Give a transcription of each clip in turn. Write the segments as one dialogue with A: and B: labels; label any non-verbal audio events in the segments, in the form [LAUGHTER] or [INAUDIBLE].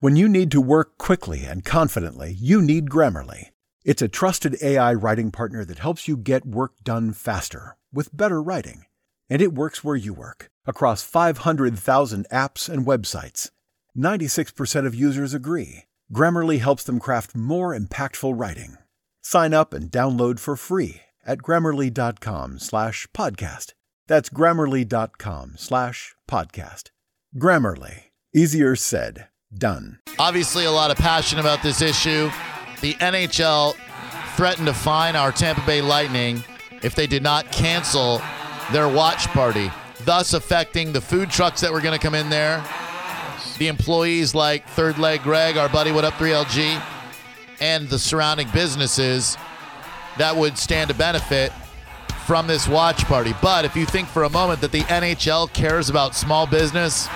A: When you need to work quickly and confidently, you need Grammarly. It's a trusted AI writing partner that helps you get work done faster with better writing. And it works where you work across 500,000 apps and websites. 96% of users agree. Grammarly helps them craft more impactful writing. Sign up and download for free at grammarly.com slash podcast. That's grammarly.com slash podcast. Grammarly, easier said, done.
B: Obviously, a lot of passion about this issue. The NHL threatened to fine our Tampa Bay Lightning if they did not cancel their watch party, thus affecting the food trucks that were going to come in there. The employees like Third Leg Greg, our buddy, what up 3LG, and the surrounding businesses that would stand to benefit from this watch party. But if you think for a moment that the NHL cares about small business,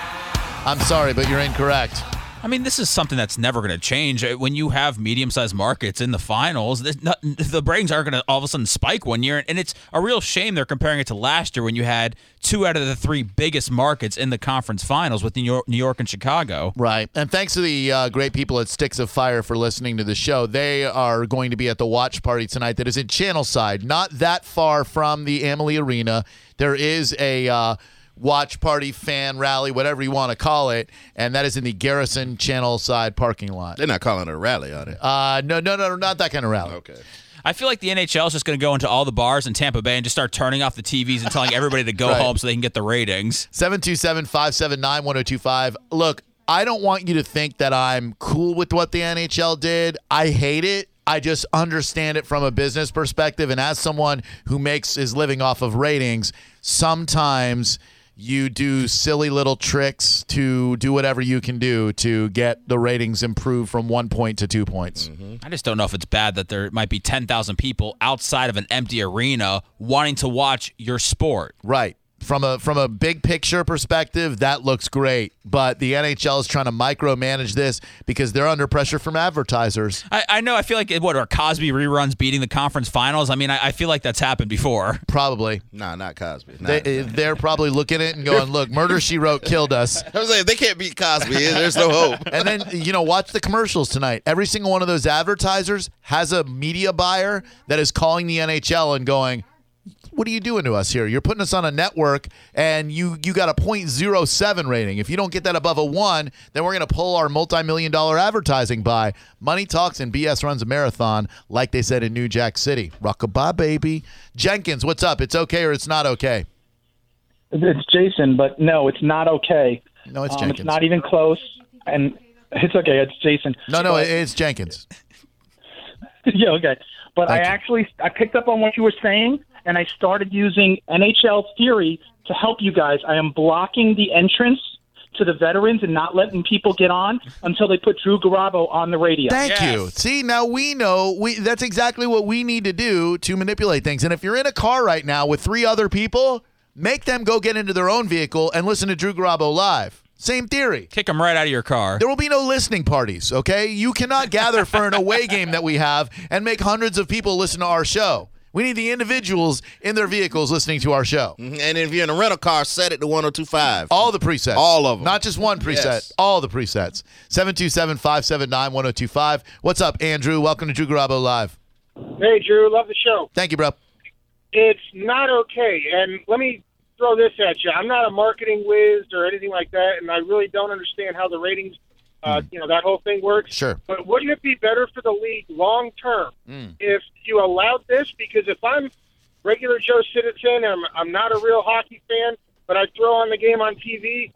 B: I'm sorry, but you're incorrect.
C: I mean, this is something that's never going to change. Uh, When you have medium-sized markets in the finals, this- not- the ratings aren't going to all of a sudden spike one year, and it's a real shame they're comparing it to last year when you had two out of the three biggest markets in the conference finals with New York, New York and Chicago.
B: Right. And thanks to the uh, great people at Sticks of Fire for listening to the show. They are going to be at the watch party tonight that is in Channelside, not that far from the Amalie Arena. There is a uh, watch party, fan rally, whatever you want to call it, and that is in the Garrison Channelside parking lot.
D: They're not calling it a rally on it.
B: Uh, no, no, no, not that kind of rally.
D: Okay.
C: I feel like the NHL is just going to go into all the bars in Tampa Bay and just start turning off the TVs and telling everybody to go
B: Right.
C: home so they can get the ratings.
B: 727 579 1025. Look, I don't want you to think that I'm cool with what the NHL did. I hate it. I just understand it from a business perspective. And as someone who makes his living off of ratings, sometimes you do silly little tricks to do whatever you can do to get the ratings improved from one point to two points.
C: I just don't know if it's bad that there might be 10,000 people outside of an empty arena wanting to watch your sport.
B: Right. From a from a big picture perspective, that looks great. But the NHL is trying to micromanage this because they're under pressure from advertisers.
C: I, I know. I feel like it- what are Cosby reruns beating the conference finals? I mean, I, I feel like that's happened before. [LAUGHS]
B: Probably.
D: Nah, not Cosby. Nah,
B: They, eh,
D: nah.
B: they're probably looking at it and going, look, Murder She Wrote killed us.
D: [LAUGHS] I was like, they can't beat Cosby. There's no hope.
B: [LAUGHS] And then, you know, watch the commercials tonight. Every single one of those advertisers has a media buyer that is calling the NHL and going, what are you doing to us here? You're putting us on a network and you you got a 0.07 rating. If you don't get that above a 1, then we're going to pull our multi-million dollar advertising buy. Money talks and BS runs a marathon like they said in New Jack City. Rockabye baby. Jenkins, what's up? It's okay or it's not okay?
E: It's Jason, but no, it's not okay.
B: No, it's
E: Um,
B: Jenkins.
E: It's not even close, and it's okay. It's Jason.
B: No, no,
E: But-
B: it- it's Jenkins.
E: [LAUGHS] yeah, okay. But I
B: Thank you.
E: actually I picked up on what you were saying, and I started using NHL theory to help you guys. I am blocking the entrance to the veterans and not letting people get on until they put Drew Garabo on the radio.
B: Thank
C: Yes.
B: you. See, now we know we that's exactly what we need to do to manipulate things. And if you're in a car right now with three other people, make them go get into their own vehicle and listen to Drew Garabo live. Same theory.
C: Kick them right out of your car.
B: There will be no listening parties, okay? You cannot gather for an away game that we have and make hundreds of people listen to our show. We need the individuals in their vehicles listening to our show.
D: And if you're in a rental car, set it to 1025.
B: All the presets.
D: All of 'em.
B: Not just one preset.
D: Yes.
B: All the presets. 727 579 1025. What's up, Andrew? Welcome to Drew Garabo Live.
F: Hey, Drew, love the show.
B: Thank you, bro.
F: It's not okay. And let me throw this at you. I'm not a marketing whiz or anything like that, and I really don't understand how the ratings, uh, you know, that whole thing works.
B: Sure.
F: But wouldn't it be better for the league long term if you allowed this? Because if I'm regular Joe citizen, I'm, I'm not a real hockey fan, but I throw on the game on TV.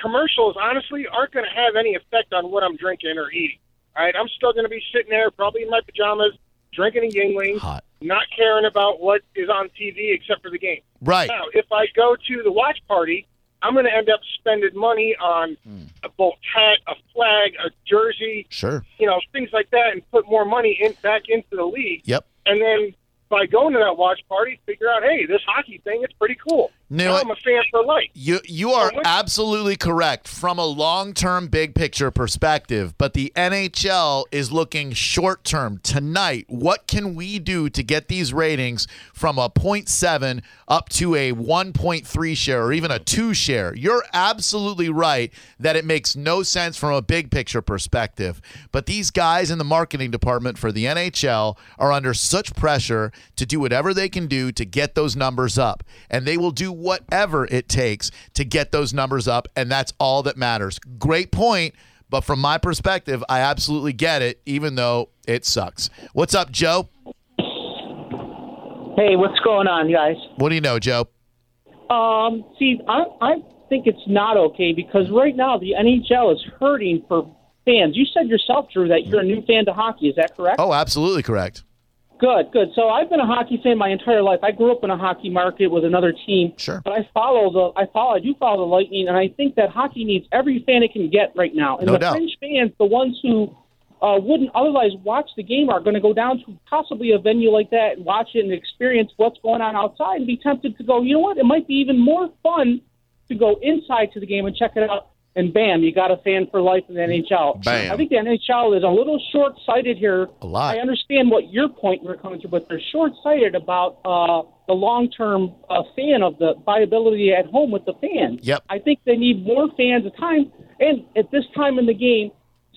F: Commercials honestly aren't going to have any effect on what I'm drinking or eating. All right, I'm still going to be sitting there, probably in my pajamas, drinking a Yingling,
B: Hot.
F: not caring about what is on TV except for the game.
B: Right.
F: Now, if I go to the watch party, I'm going to end up spending money on
D: Hmm.
F: a bolt hat, a flag, a jersey,
B: Sure.
F: you know, things like that, and put more money in back into the league.
B: Yep.
F: And then by going to that watch party, figure out, hey, this hockey thing, it's pretty cool.
B: You know
F: Now
B: what?
F: I'm a fan for life.
B: You you are
F: So what-
B: absolutely correct from a long-term big picture perspective, but the NHL is looking short-term tonight. What can we do to get these ratings from a 0.7 up to a 1.3 share or even a 2 share? You're absolutely right that it makes no sense from a big picture perspective, but these guys in the marketing department for the NHL are under such pressure to do whatever they can do to get those numbers up. And they will do whatever it takes to get those numbers up. And that's all that matters. Great point. But from my perspective, I absolutely get it, even though it sucks. What's up, Joe?
G: Hey, what's going on, guys?
B: What do you know, Joe?
G: Um, see, I, I think it's not okay because right now the NHL is hurting for fans. You said yourself, Drew, that you're a new fan to hockey. Is that correct?
B: Oh, absolutely correct.
G: Good, good. So I've been a hockey fan my entire life. I grew up in a hockey market with another team.
B: Sure.
G: But I follow the I follow I do follow the Lightning and I think that hockey needs every fan it can get right now. And
B: No
G: the
B: doubt.
G: fringe fans, the ones who uh, wouldn't otherwise watch the game are going to go down to possibly a venue like that and watch it and experience what's going on outside and be tempted to go, you know what, it might be even more fun to go inside to the game and check it out. And bam, you got a fan for life in the NHL.
D: Bam.
G: I think the NHL is a little short sighted here.
B: A lot.
G: I understand what your point were coming to, but they're short-sighted about uh, the long-term uh, fan of the viability at home with the fans.
B: Yep.
G: I think they need more fans at time, and at this time in the game,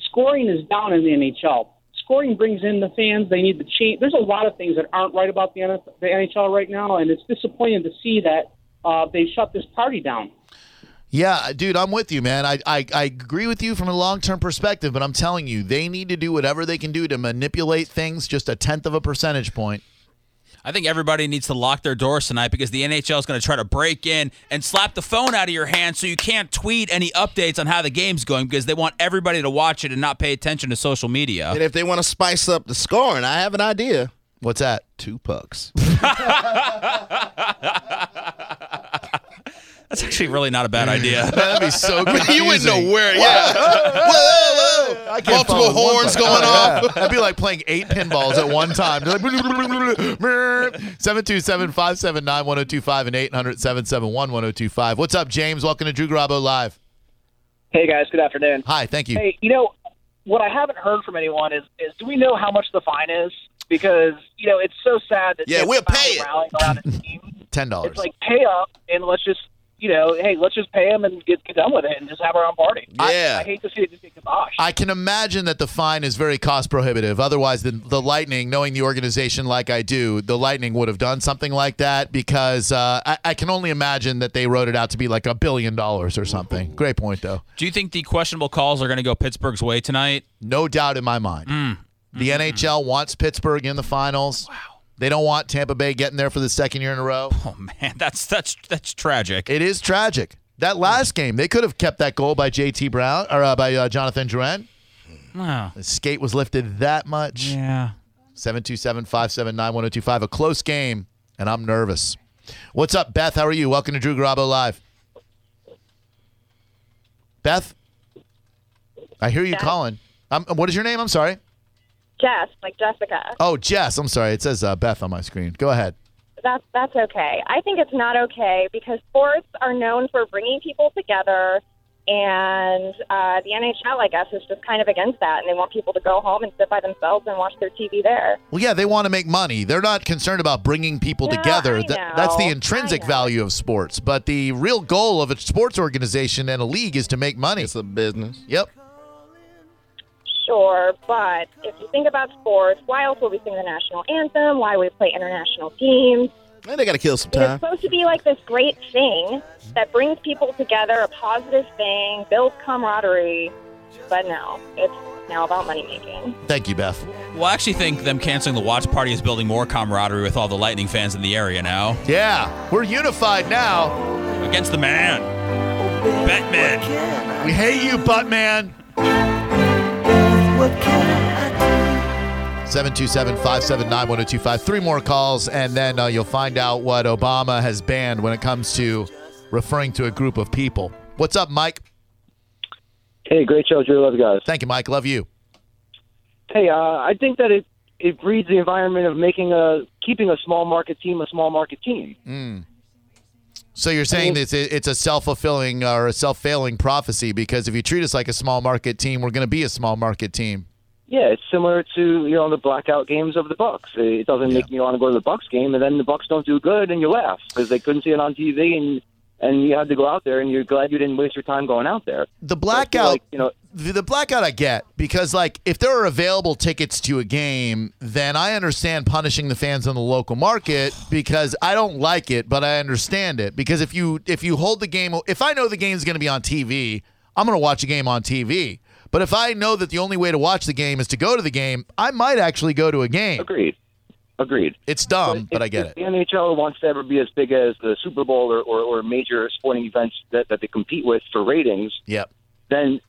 G: scoring is down in the NHL. Scoring brings in the fans. They need the change. There's a lot of things that aren't right about the, NF- the NHL right now, and it's disappointing to see that uh, they shut this party down.
B: Yeah, dude, I'm with you, man. I, I, I agree with you from a long term perspective, but I'm telling you, they need to do whatever they can do to manipulate things just a tenth of a percentage
D: [LAUGHS]
B: point.
C: I think everybody needs to lock their doors tonight because the NHL is going to try to break in and slap the phone out of your hand so you can't tweet any updates on how the game's going because they want everybody to watch it and not pay attention to social media.
D: And if they want to spice up the scoring, I have an idea.
B: What's that?
D: Two pucks.
C: That's actually really not a bad
B: [LAUGHS]
C: idea.
B: That'd be so good.
D: you wouldn't know where. Yeah. whoa, whoa. Multiple horns going off.
B: That'd be like playing eight pinballs at one time. They're Like, 727 579 1025 and 800 771 1025. What's up, James? Welcome to Drew Garabo Live.
H: Hey guys, good afternoon.
B: Hi, thank you.
H: Hey, you know what I haven't heard from anyone is is do we know how much the fine is? Because you know it's so sad that
D: Yeah,
H: they're
D: we'll
H: finally
D: pay it.
H: Rallying around a team,
B: $10.
H: it's like pay up and let's just you know hey let's just pay them and get, get done with it and just have our own party.
D: Yeah.
H: I, I hate to see it just get kiboshed.
B: I can imagine that the fine is very cost prohibitive. Otherwise, the, the Lightning, knowing the organization like I do, the Lightning would have done something like that because uh, I, I can only imagine that they wrote it out to be like a billion dollars or something. Great point, though.
C: Do you think the questionable calls are going to go Pittsburgh's way tonight? [LAUGHS]
B: No doubt in my mind.
C: Mm.
B: The
C: Mm-hmm.
B: NHL wants Pittsburgh in the finals. Wow. They don't want Tampa Bay getting there for the second year in
C: [LAUGHS]
B: a row.
C: Oh man, that's that's that's tragic.
B: It is tragic. That last game, they could have kept that goal by JT Brown or uh, by uh, Jonathan Duran.
C: Wow.
B: The skate was lifted that much.
C: Yeah.
B: 727 579 1025. A close game, and I'm nervous. What's up, Beth? How are you? Welcome to Drew Garabo Live. Beth, I hear you calling. Um, what is your name? I'm sorry.
I: Jess, like Jessica.
B: Oh, Jess. I'm sorry. It says uh, Beth on my screen. Go ahead.
I: That's that's okay. I think it's not okay because sports are known for bringing people together, and uh, the NHL, I guess, is just kind of against that, and they want people to go home and sit by themselves and watch their TV there.
B: Well, yeah, they want to make money. They're not concerned about bringing people
I: No,
B: together.
I: I
B: Th- that's the
I: know.
B: intrinsic
I: I know.
B: value of sports. But the real goal of a sports organization and a league is to make money.
D: It's a business.
B: Yep.
I: Sure, but if you think about sports, why else would we sing the national anthem? Why would we play international teams?
D: Man, they got to kill some
I: It is
D: time.
I: supposed to be like this great thing that brings people together, a positive thing, builds camaraderie. But no, it's now about money making.
B: Thank you, Beth.
C: Well, I actually think them canceling the watch party is building more camaraderie with all the Lightning fans in the area now.
B: Yeah, we're unified now.
C: Against the man. Batman.
B: We hate you, Buttman. 727 579 1025. Three more calls, and then uh, you'll find out what Obama has banned when it comes to referring to a group of people. What's up, Mike?
J: Hey, great show, Drew. Love you guys.
B: Thank you, Mike. Love you.
J: Hey, uh, I think that it it breeds the environment of making a keeping a small market team a small market team.
B: So you're saying that it's- it's a self-fulfilling or a self-failing prophecy because if you treat us like a small market team, we're going to be a small market team.
J: Yeah, it's similar to you know the blackout games of the Bucks. It doesn't make you want to go to the Bucks game, and then the Bucks don't do good, and you laugh because they couldn't see it on TV, and and you had to go out there, and you're glad you didn't waste your time going out there.
B: The blackout,
J: you know,
B: the, the blackout I get because like if there are available tickets to a game, then I understand punishing the fans in the local market because I don't like it, but I understand it because if you if you hold the game, if I know the game's going to be on TV, I'm going to watch a game on TV. But if I know that the only way to watch the game is to go to the game, I might actually go to a game.
J: Agreed. Agreed.
B: It's dumb, Um, but I get
J: if
B: it.
J: The NHL wants to ever be as big as the Super Bowl or, or, or major sporting events that, that they compete with for ratings.
B: Yep.
J: Then,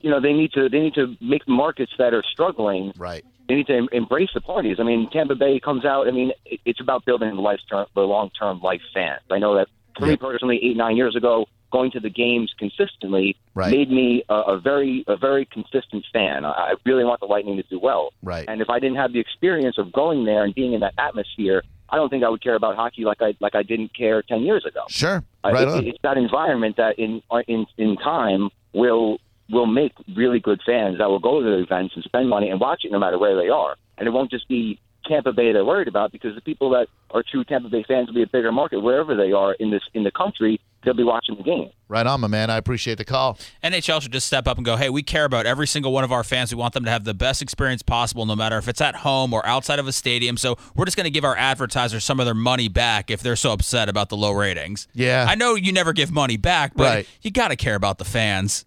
J: you know, they need to they need to make markets that are struggling.
B: Right.
J: They need to em- embrace the parties. I mean, Tampa Bay comes out. I mean, it, it's about building the life term, the long term life fans. I know that for me personally, eight nine years ago, going to the games consistently
B: Right.
J: made me a, a very a very consistent fan. I, I really want the Lightning to do well.
B: Right.
J: And if I didn't have the experience of going there and being in that atmosphere, I don't think I would care about hockey like I like I didn't care ten years ago.
B: Sure.
J: Uh,
B: Right
J: it-
B: on.
J: It's that environment that in uh, in in time will will make really good fans that will go to the events and spend money and watch it no matter where they are, and it won't just be Tampa Bay they're worried about because the people that are true Tampa Bay fans will be a bigger market wherever they are in this in the country. They'll be watching the game.
B: Right on, my man. I appreciate the call.
C: NHL should just step up and go, hey, we care about every single one of our fans. We want them to have the best experience possible, no matter if it's at home or outside of a stadium. So we're just going to give our advertisers some of their money back if they're so upset about the low ratings.
B: Yeah.
C: I know you never give money back, but
B: Right.
C: you got to care about the fans.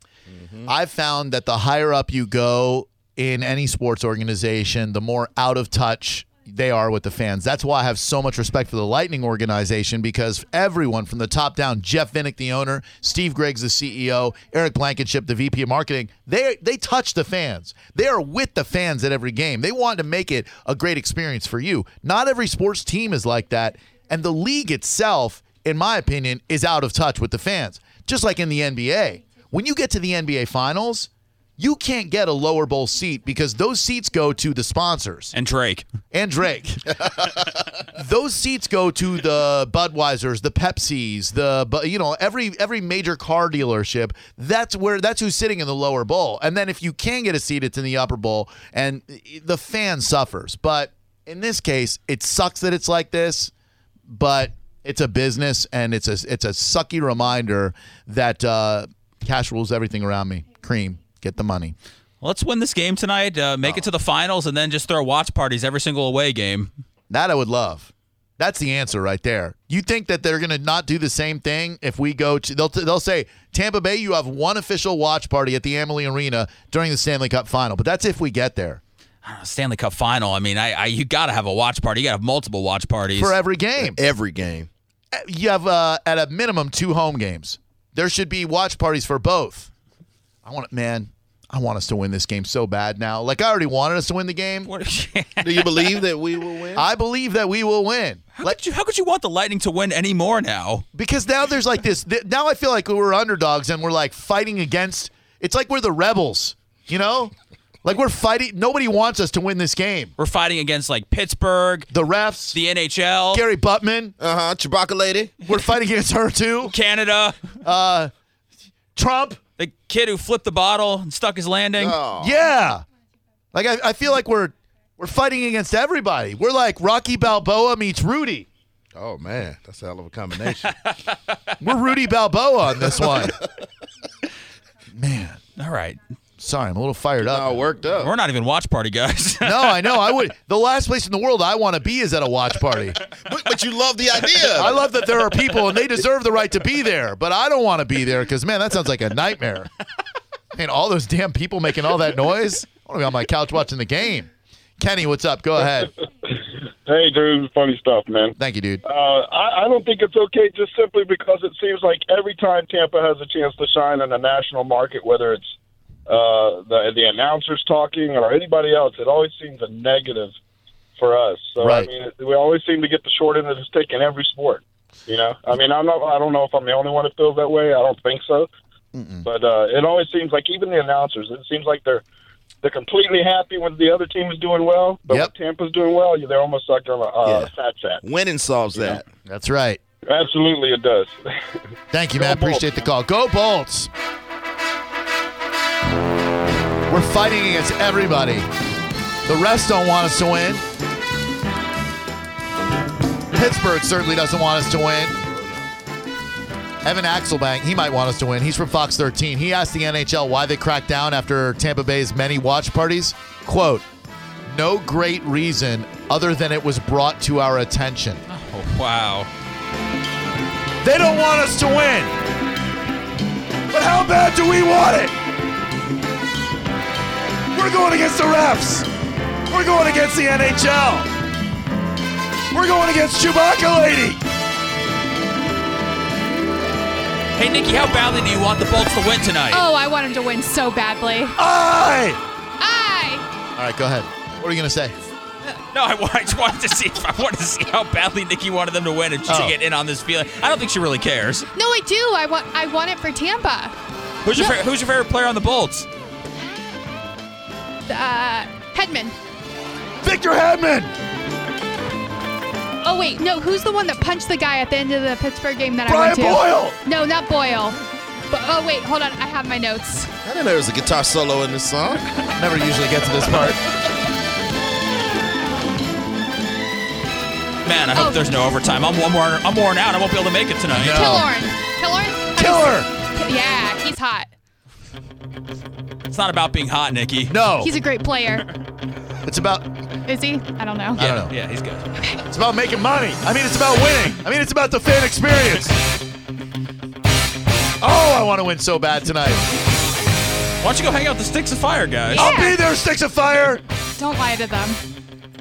B: I've found that the higher up you go in any sports organization, the more out of touch they are with the fans. That's why I have so much respect for the Lightning organization because everyone from the top down, Jeff Vinnick, the owner, Steve Griggs, the CEO, Eric Blankenship, the VP of marketing, they they touch the fans. They are with the fans at every game. They want to make it a great experience for you. Not every sports team is like that. And the league itself, in my opinion, is out of touch with the fans. Just like in the NBA. When you get to the NBA finals, you can't get a lower bowl seat because those seats go to the sponsors
C: and Drake
B: and Drake. those seats go to the Budweisers, the Pepsis, the Bu- you know every every major car dealership. That's where that's who's sitting in the lower bowl. And then if you can get a seat, it's in the upper bowl, and the fan suffers. But in this case, it sucks that it's like this, but it's a business, and it's a it's a sucky reminder that uh, cash rules everything around me. Cream, get the money.
C: Let's win this game tonight, uh, make it to the finals, and then just throw watch parties every single away game.
B: That I would love. That's the answer right there. You think that they're going to not do the same thing if we go to they'll they'll say Tampa Bay you have one official watch party at the Amalie Arena during the Stanley Cup final, but that's if we get there.
C: Stanley Cup final. I mean, I, I you got to have a watch party. You got to have multiple watch parties
B: For every game.
C: Every game.
B: You have uh, at a minimum two home games. There should be watch parties for both. I want it, man. I want us to win this game so bad now. Like I already wanted us to win the game.
C: [LAUGHS] do
B: you believe that we will win? I believe that we will win.
C: How, could you, how could you want the Lightning to win any more now?
B: Because now there's like this. Th- now I feel like we're underdogs and we're like fighting against. It's like we're the rebels, you know? Like we're fighting. Nobody wants us to win this game.
C: We're fighting against like Pittsburgh,
B: the refs,
C: the NHL,
B: Gary Buttman,
D: uh huh, Chewbacca lady.
B: We're fighting against her too.
C: Canada,
B: uh, Trump,
C: the kid who flipped the bottle and stuck his landing.
B: Yeah. Like I, I feel like we're we're fighting against everybody. We're like Rocky Balboa meets Rudy.
D: Oh man, that's a hell of a combination.
B: We're Rudy Balboa on this one. Man.
C: All right.
B: Sorry, I'm a little fired up.
D: All worked up.
C: We're not even watch party guys.
B: no, I know. I would. The last place in the world I want to be is at a watch party.
D: But, but you love [LAUGHS] the idea.
B: I love that there are people and they deserve the right to be there, but I don't want to be there because man, that sounds like a nightmare. And all those damn people making all that noise. I want to be on my couch watching the game. Kenny, what's up? Go ahead.
K: Hey, dude, funny stuff, man.
B: Thank you, dude.
K: Uh, I, I don't think it's okay just simply because it seems like every time Tampa has a chance to shine in the national market, whether it's uh, the the announcers talking or anybody else, it always seems a negative for us. So
B: Right.
K: I mean, it, we always seem to get the short end of the stick in every sport. You know, I mean, I'm not. I don't know if I'm the only one that feels that way. I don't think so. But uh, it always seems like even the announcers, it seems like they're they're completely happy when the other team is doing well, but when Tampa's doing well, they're almost like on a uh, fat sack.
D: Winning solves that.
B: That's right.
K: Absolutely, it does. [LAUGHS]
B: Thank you, man. Appreciate the call. Go Bolts. We're fighting against everybody. The rest don't want us to win. Pittsburgh certainly doesn't want us to win. Evan Axelbank, he might want us to win. He's from Fox 13. He asked the NHL why they cracked down after Tampa Bay's many watch parties. Quote, no great reason other than it was brought to our attention.
C: Oh, [LAUGHS] wow.
B: They don't want us to win. But how bad do we want it?
L: We're going against the refs. We're going against the NHL. We're going against Chewbacca Lady.
C: Hey, Nikki, how badly do you want the Bolts to win tonight?
M: Oh, I want him to win so badly.
B: I.
M: I.
B: All right, go ahead. What are you going to say?
C: No, I, wa- I just wanted to see. If, I wanted to see how badly Nikki wanted them to win and
B: Oh.
C: to get in on this feeling. I don't think she really cares.
M: No, I do. I want. I want it for Tampa.
C: Who's your fa- Who's your favorite player on the Bolts?
M: Uh, Hedman.
L: Victor Hedman.
M: Oh wait, no. Who's the one that punched the guy at the end of the Pittsburgh game that
N: Brian
M: I went to?
N: Boyle!
M: No, not Boyle. But, oh wait, hold on. I have my notes.
N: I didn't know there was a guitar solo in this song. Never usually get to this part.
C: Man, I hope there's no overtime. I'm one more. I'm worn out. I won't be able to make it tonight.
N: Oh.
M: Killorn. Killorn.
B: [LAUGHS] Killer.
M: Yeah, he's hot.
C: It's not about being hot, Nikki.
B: No.
M: He's a great player.
B: It's about
M: Is he? I don't know.
B: I don't know.
C: Yeah, he's good.
B: It's about making money. I mean, it's about winning. I mean, it's about the fan experience. Oh, I want to win so bad tonight.
C: Why don't you go hang out with the Sticks of Fire guys?
B: I'll be there, Sticks of Fire.
N: Oh.
M: Don't lie to them.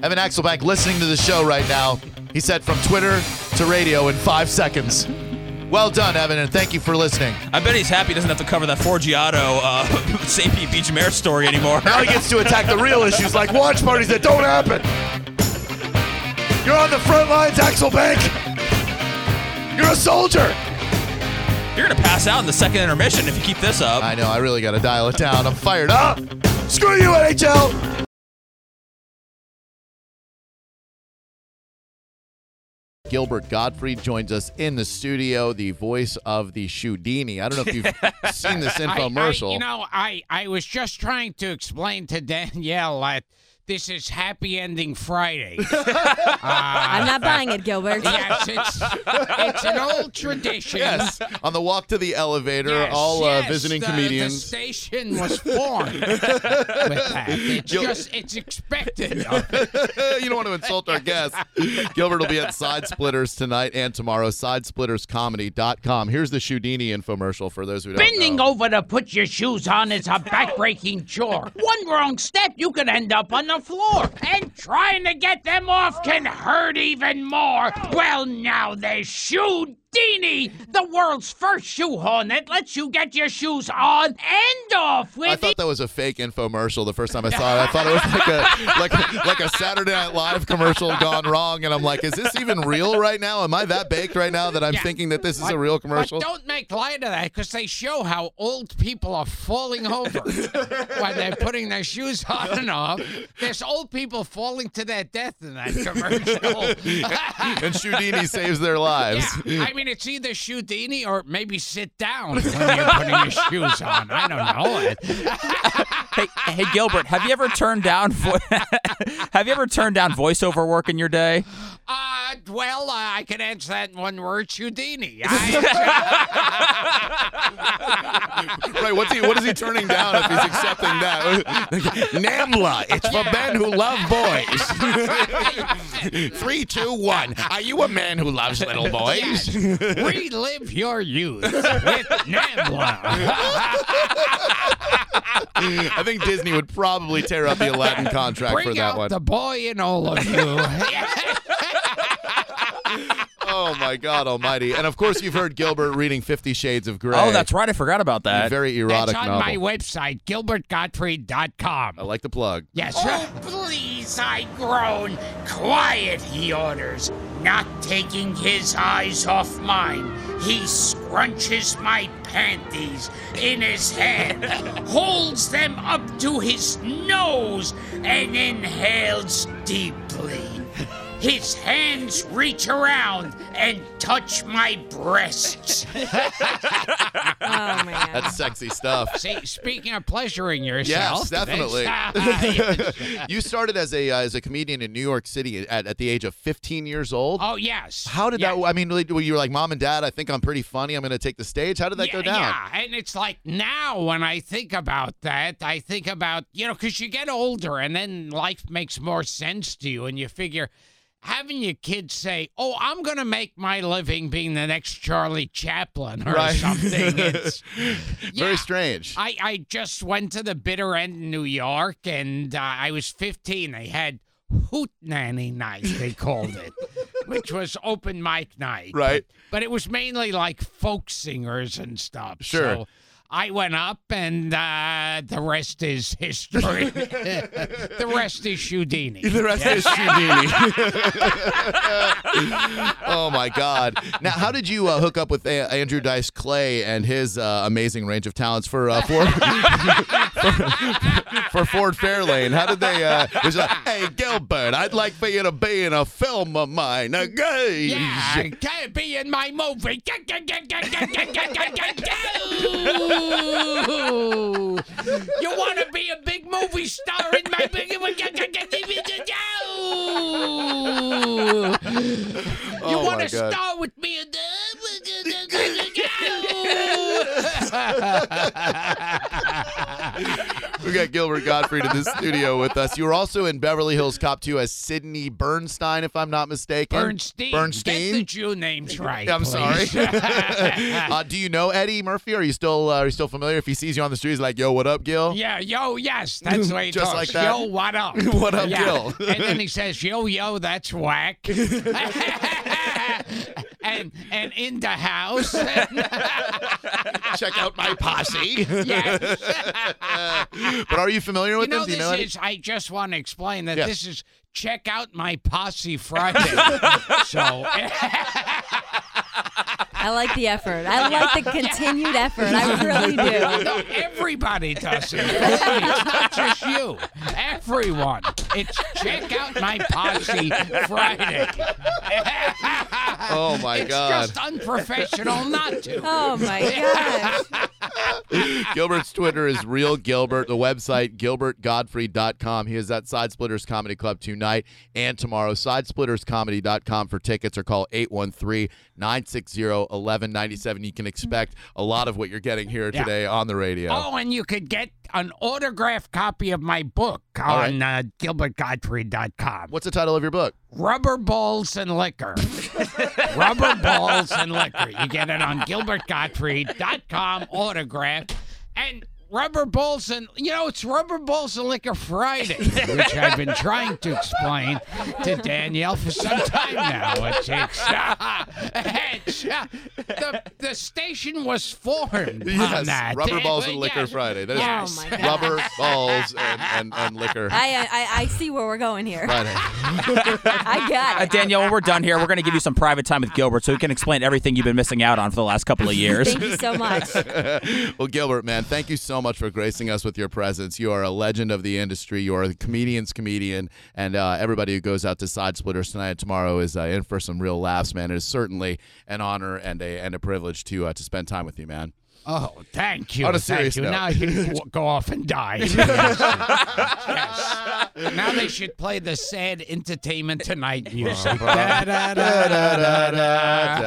B: Evan Axelbank listening to the show right now. He said from Twitter to radio in five seconds. Well done, Evan, and thank you for listening.
C: I bet he's happy he doesn't have to cover that Forgiato uh, [LAUGHS] St. Pete Beach Mare story anymore.
B: Now he gets to attack the real issues like watch parties that don't happen. You're on the front lines, Axelbank. You're a soldier.
C: You're gonna pass out in the second intermission if you keep this up.
B: I know. I really got to dial it down. I'm fired up. Screw you, NHL. Gilbert Gottfried joins us in the studio, the voice of the Shudini. I don't know if
O: [LAUGHS]
B: you've seen this
O: I- I-
B: infomercial.
O: you know, I, I was just trying to explain to [LAUGHS] Danielle that this is Happy Ending Friday.
P: I'm not buying it,
O: [LAUGHS]
P: Gilbert.
O: yes, it's, it's an old tradition.
B: yes, on the walk to the elevator,
O: Yes,
B: all
O: yes,
B: uh, visiting
O: the-
B: comedians.
O: The station
B: [LAUGHS]
O: was formed with that. It's
B: You'll-
O: just it's
B: [LAUGHS] [LAUGHS]
O: expected.
B: you don't want to insult
O: [LAUGHS]
B: our guests. Gilbert will be at Side Splitters tonight and tomorrow. SidesplittersComedy.com. Here's the Shudini infomercial for those who don't know.
O: Bending over to put your shoes on is a backbreaking chore. One wrong step, you could end up on the floor. And trying to get them off can hurt even more. Well, now there's Shoe Dini, the world's first shoe horn that lets you get your shoes on and off with
B: I thought that was a fake infomercial the first time I saw it. I thought it was like a like like a Saturday Night Live commercial gone wrong, and I'm like, is this even real right now? Am I that baked right now that I'm thinking that this is a real commercial?
O: But don't make light of that because they show how old people are
B: [LAUGHS]
O: falling over when they're putting their shoes on and off. There's old people falling to their death in that commercial.
B: and Shudini saves their lives.
O: [LAUGHS] Yeah, I mean, it's either Shudini or maybe sit down when you're
B: [LAUGHS]
O: putting your shoes on. I don't know it.
C: hey, hey, Gilbert, have you ever turned down vo- [LAUGHS] have you ever turned down voiceover work in your day?
O: Uh, well, uh, I can answer that in one word,
B: [LAUGHS]
O: Shudini. I-
B: Right, what's he? What is he turning down if he's
D: [LAUGHS]
B: accepting that? [LAUGHS] Namla, it's for men who love boys. [LAUGHS] Three, two, one. Are you a man who loves little
O: [LAUGHS] Yes. Relive your youth with
B: [LAUGHS]
O: Nambla.
B: I think Disney would probably tear up the Aladdin contract
O: Bring
B: for that
O: out
B: one.
O: the boy in all of you.
B: [LAUGHS] Oh my God Almighty! And of course, you've heard Gilbert reading Fifty Shades of Grey.
C: Oh, that's right. I forgot about that.
B: A very erotic
O: That's on
B: novel.
O: my website, gilbertgottfried.com. I
B: like the plug.
O: Yes. [LAUGHS] Oh, please, I groan. Quiet, he orders, not taking his eyes off mine. He scrunches my panties in his hand, holds them up to his nose, and inhales deeply.
Q: His hands reach around and touch my breasts.
P: Um,
B: That's sexy stuff.
O: See, speaking of pleasuring
B: Yes,
O: yourself.
B: definitely.
O: that's- uh, [LAUGHS]
B: you started as a uh, as a comedian in New York City at, at the age of 15 years old.
O: Oh, yes.
B: How did that? I mean, really, were you like, mom and dad? I think I'm pretty funny. I'm going to take the stage. How did that
O: yeah,
B: go down?
O: Yeah, and it's like now when I think about that, I think about, you know, because you get older and then life makes more sense to you and you figure having your kids say, oh, I'm going to make my living being the next Charlie Chaplin or
B: Right.
O: something. It's,
B: [LAUGHS] Very strange.
O: I, I just went to the bitter end in New York and uh, I was 15. They had Hoot Nanny Night, they called it, which was open mic night.
B: Right. [LAUGHS]
O: But it was mainly like folk singers and stuff.
B: Sure.
O: So I went up and uh, the rest is history. [LAUGHS] the rest is Houdini.
B: The rest is Houdini. [LAUGHS] oh my God! Now, how did you uh, hook up with a- Andrew Dice Clay and his uh, amazing range of talents for uh, Ford [LAUGHS] for, for Ford Fairlane? How did they? Uh, it was like, hey Gilbert, I'd like for you to be in a film of mine. Again.
O: Yeah, can't be in my movie. you want to be a big movie star in my big You
B: Oh,
O: want
B: my
O: to
B: God.
O: star with me [LAUGHS] in
B: [LAUGHS] We got Gilbert Gottfried in the studio with us. You were also in Beverly Hills Cop 2 as Sidney Bernstein, if I'm not mistaken.
O: Bernstein? Get the
B: Bernstein.
O: Jew names right.
B: I'm sorry.
O: please.
B: [LAUGHS] uh, do you know Eddie Murphy? Are you still uh, are you still familiar? If he sees you on the street, he's like, "Yo, what up, Gil?"
O: Yeah, yo, yes, that's the way
B: [LAUGHS]
O: he
B: Just
O: talks.
B: like that?
O: Yo, what up?
B: [LAUGHS] What up,
O: yeah.
B: Gil?
O: and then he says, yo, yo,
B: [LAUGHS]
O: that's whack. [LAUGHS] and and in the house. [LAUGHS]
B: Check out my posse.
O: yes.
B: but are you familiar
O: You
B: with
O: know,
B: him? Do
O: this
B: you know Eddie?
O: is, I just want to explain that
B: Yes.
O: this is Check Out My
B: [LAUGHS]
O: Posse Friday. so,
P: I like the effort. I like the continued effort. I really do.
O: No, uh, everybody does it.
B: [LAUGHS]
O: It's not just you. Everyone. It's Check Out My Posse Friday.
B: Oh my
O: it's
B: God!
O: just unprofessional
B: [LAUGHS]
O: not to.
P: Oh my gosh.
B: Gilbert's Twitter is real Gilbert. The website gilbertgodfrey.com. He is at Side Splitters Comedy Club tonight and tomorrow. Sidesplitterscomedy.com for tickets or call 813-960-1197. You can expect a lot of what you're getting here
O: Yeah.
B: today on the radio.
O: Oh, and you could get an autographed copy of my book
B: All right.
O: on uh, gilbertgodfrey.com.
B: What's the title of your book?
O: Rubber Balls and Liquor. Rubber Balls and Liquor. You get it on gilbertgodfrey.com autograph. And Rubber Balls and, you know, it's Rubber Balls and Liquor Friday, which I've been trying to explain to Danielle for some time now. It's, it's, it's, uh, the, the station was formed on
B: Yes,
O: that.
B: Rubber
O: It-
B: Balls and Liquor
O: yes.
B: Friday. That is
O: Yes.
P: Oh my God.
B: Rubber Balls and, and, and Liquor
P: [LAUGHS] I, I I see where we're going here.
B: Friday.
P: [LAUGHS] I got
C: Uh, Danielle, when we're done here, we're going to give you some private time with Gilbert so he can explain everything you've been missing out on for the last couple of
P: it.
C: years.
P: Thank you so much.
B: well, Gilbert, man, thank you so much for gracing us with your presence. You are a legend of the industry. You are a comedian's comedian, and uh, everybody who goes out to Side Splitters tonight and tomorrow is uh, in for some real laughs, man. It is certainly an honor and a and a privilege to uh, to spend time with you, man.
O: Oh, thank you.
B: On a
O: thank
B: serious
O: you.
B: note.
O: Now you can w- go off and [LAUGHS] die. Yes. Yes. Now they should play the sad entertainment tonight music. Da, da, da, da, da,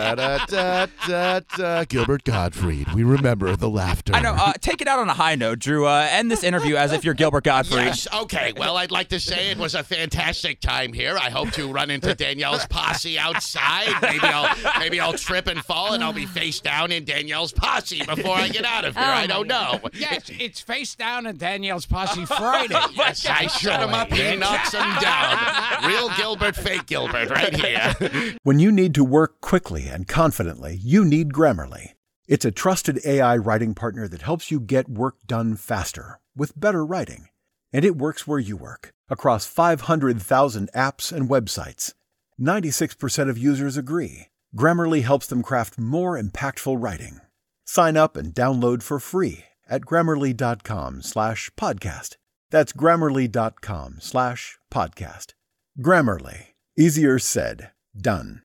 O: da.
B: Da-da-da-da-da-da. Gilbert Gottfried, we remember the laughter.
C: I know. Uh, take it out on a high note, Drew. Uh, end this interview as if you're Gilbert Godfrey.
D: Yes, okay. Well, I'd like to say it was a fantastic time here. I hope to run into Danielle's posse outside. Maybe I'll maybe I'll trip and fall and I'll be face down in Danielle's posse before I get out of here.
O: Oh,
D: I don't know.
O: Yes, it's face down at Danielle's Posse Friday. yes,
D: I shut him up, he knocks him down. Real Gilbert, fake Gilbert, right here.
A: When you need to work quickly and confidently, you need Grammarly. It's a trusted AI writing partner that helps you get work done faster with better writing. And it works where you work, across 500,000 apps and websites. 96% of users agree. Grammarly helps them craft more impactful writing. Sign up and download for free at grammarly.com slash podcast. That's grammarly.com slash podcast. Grammarly, Easier said, done.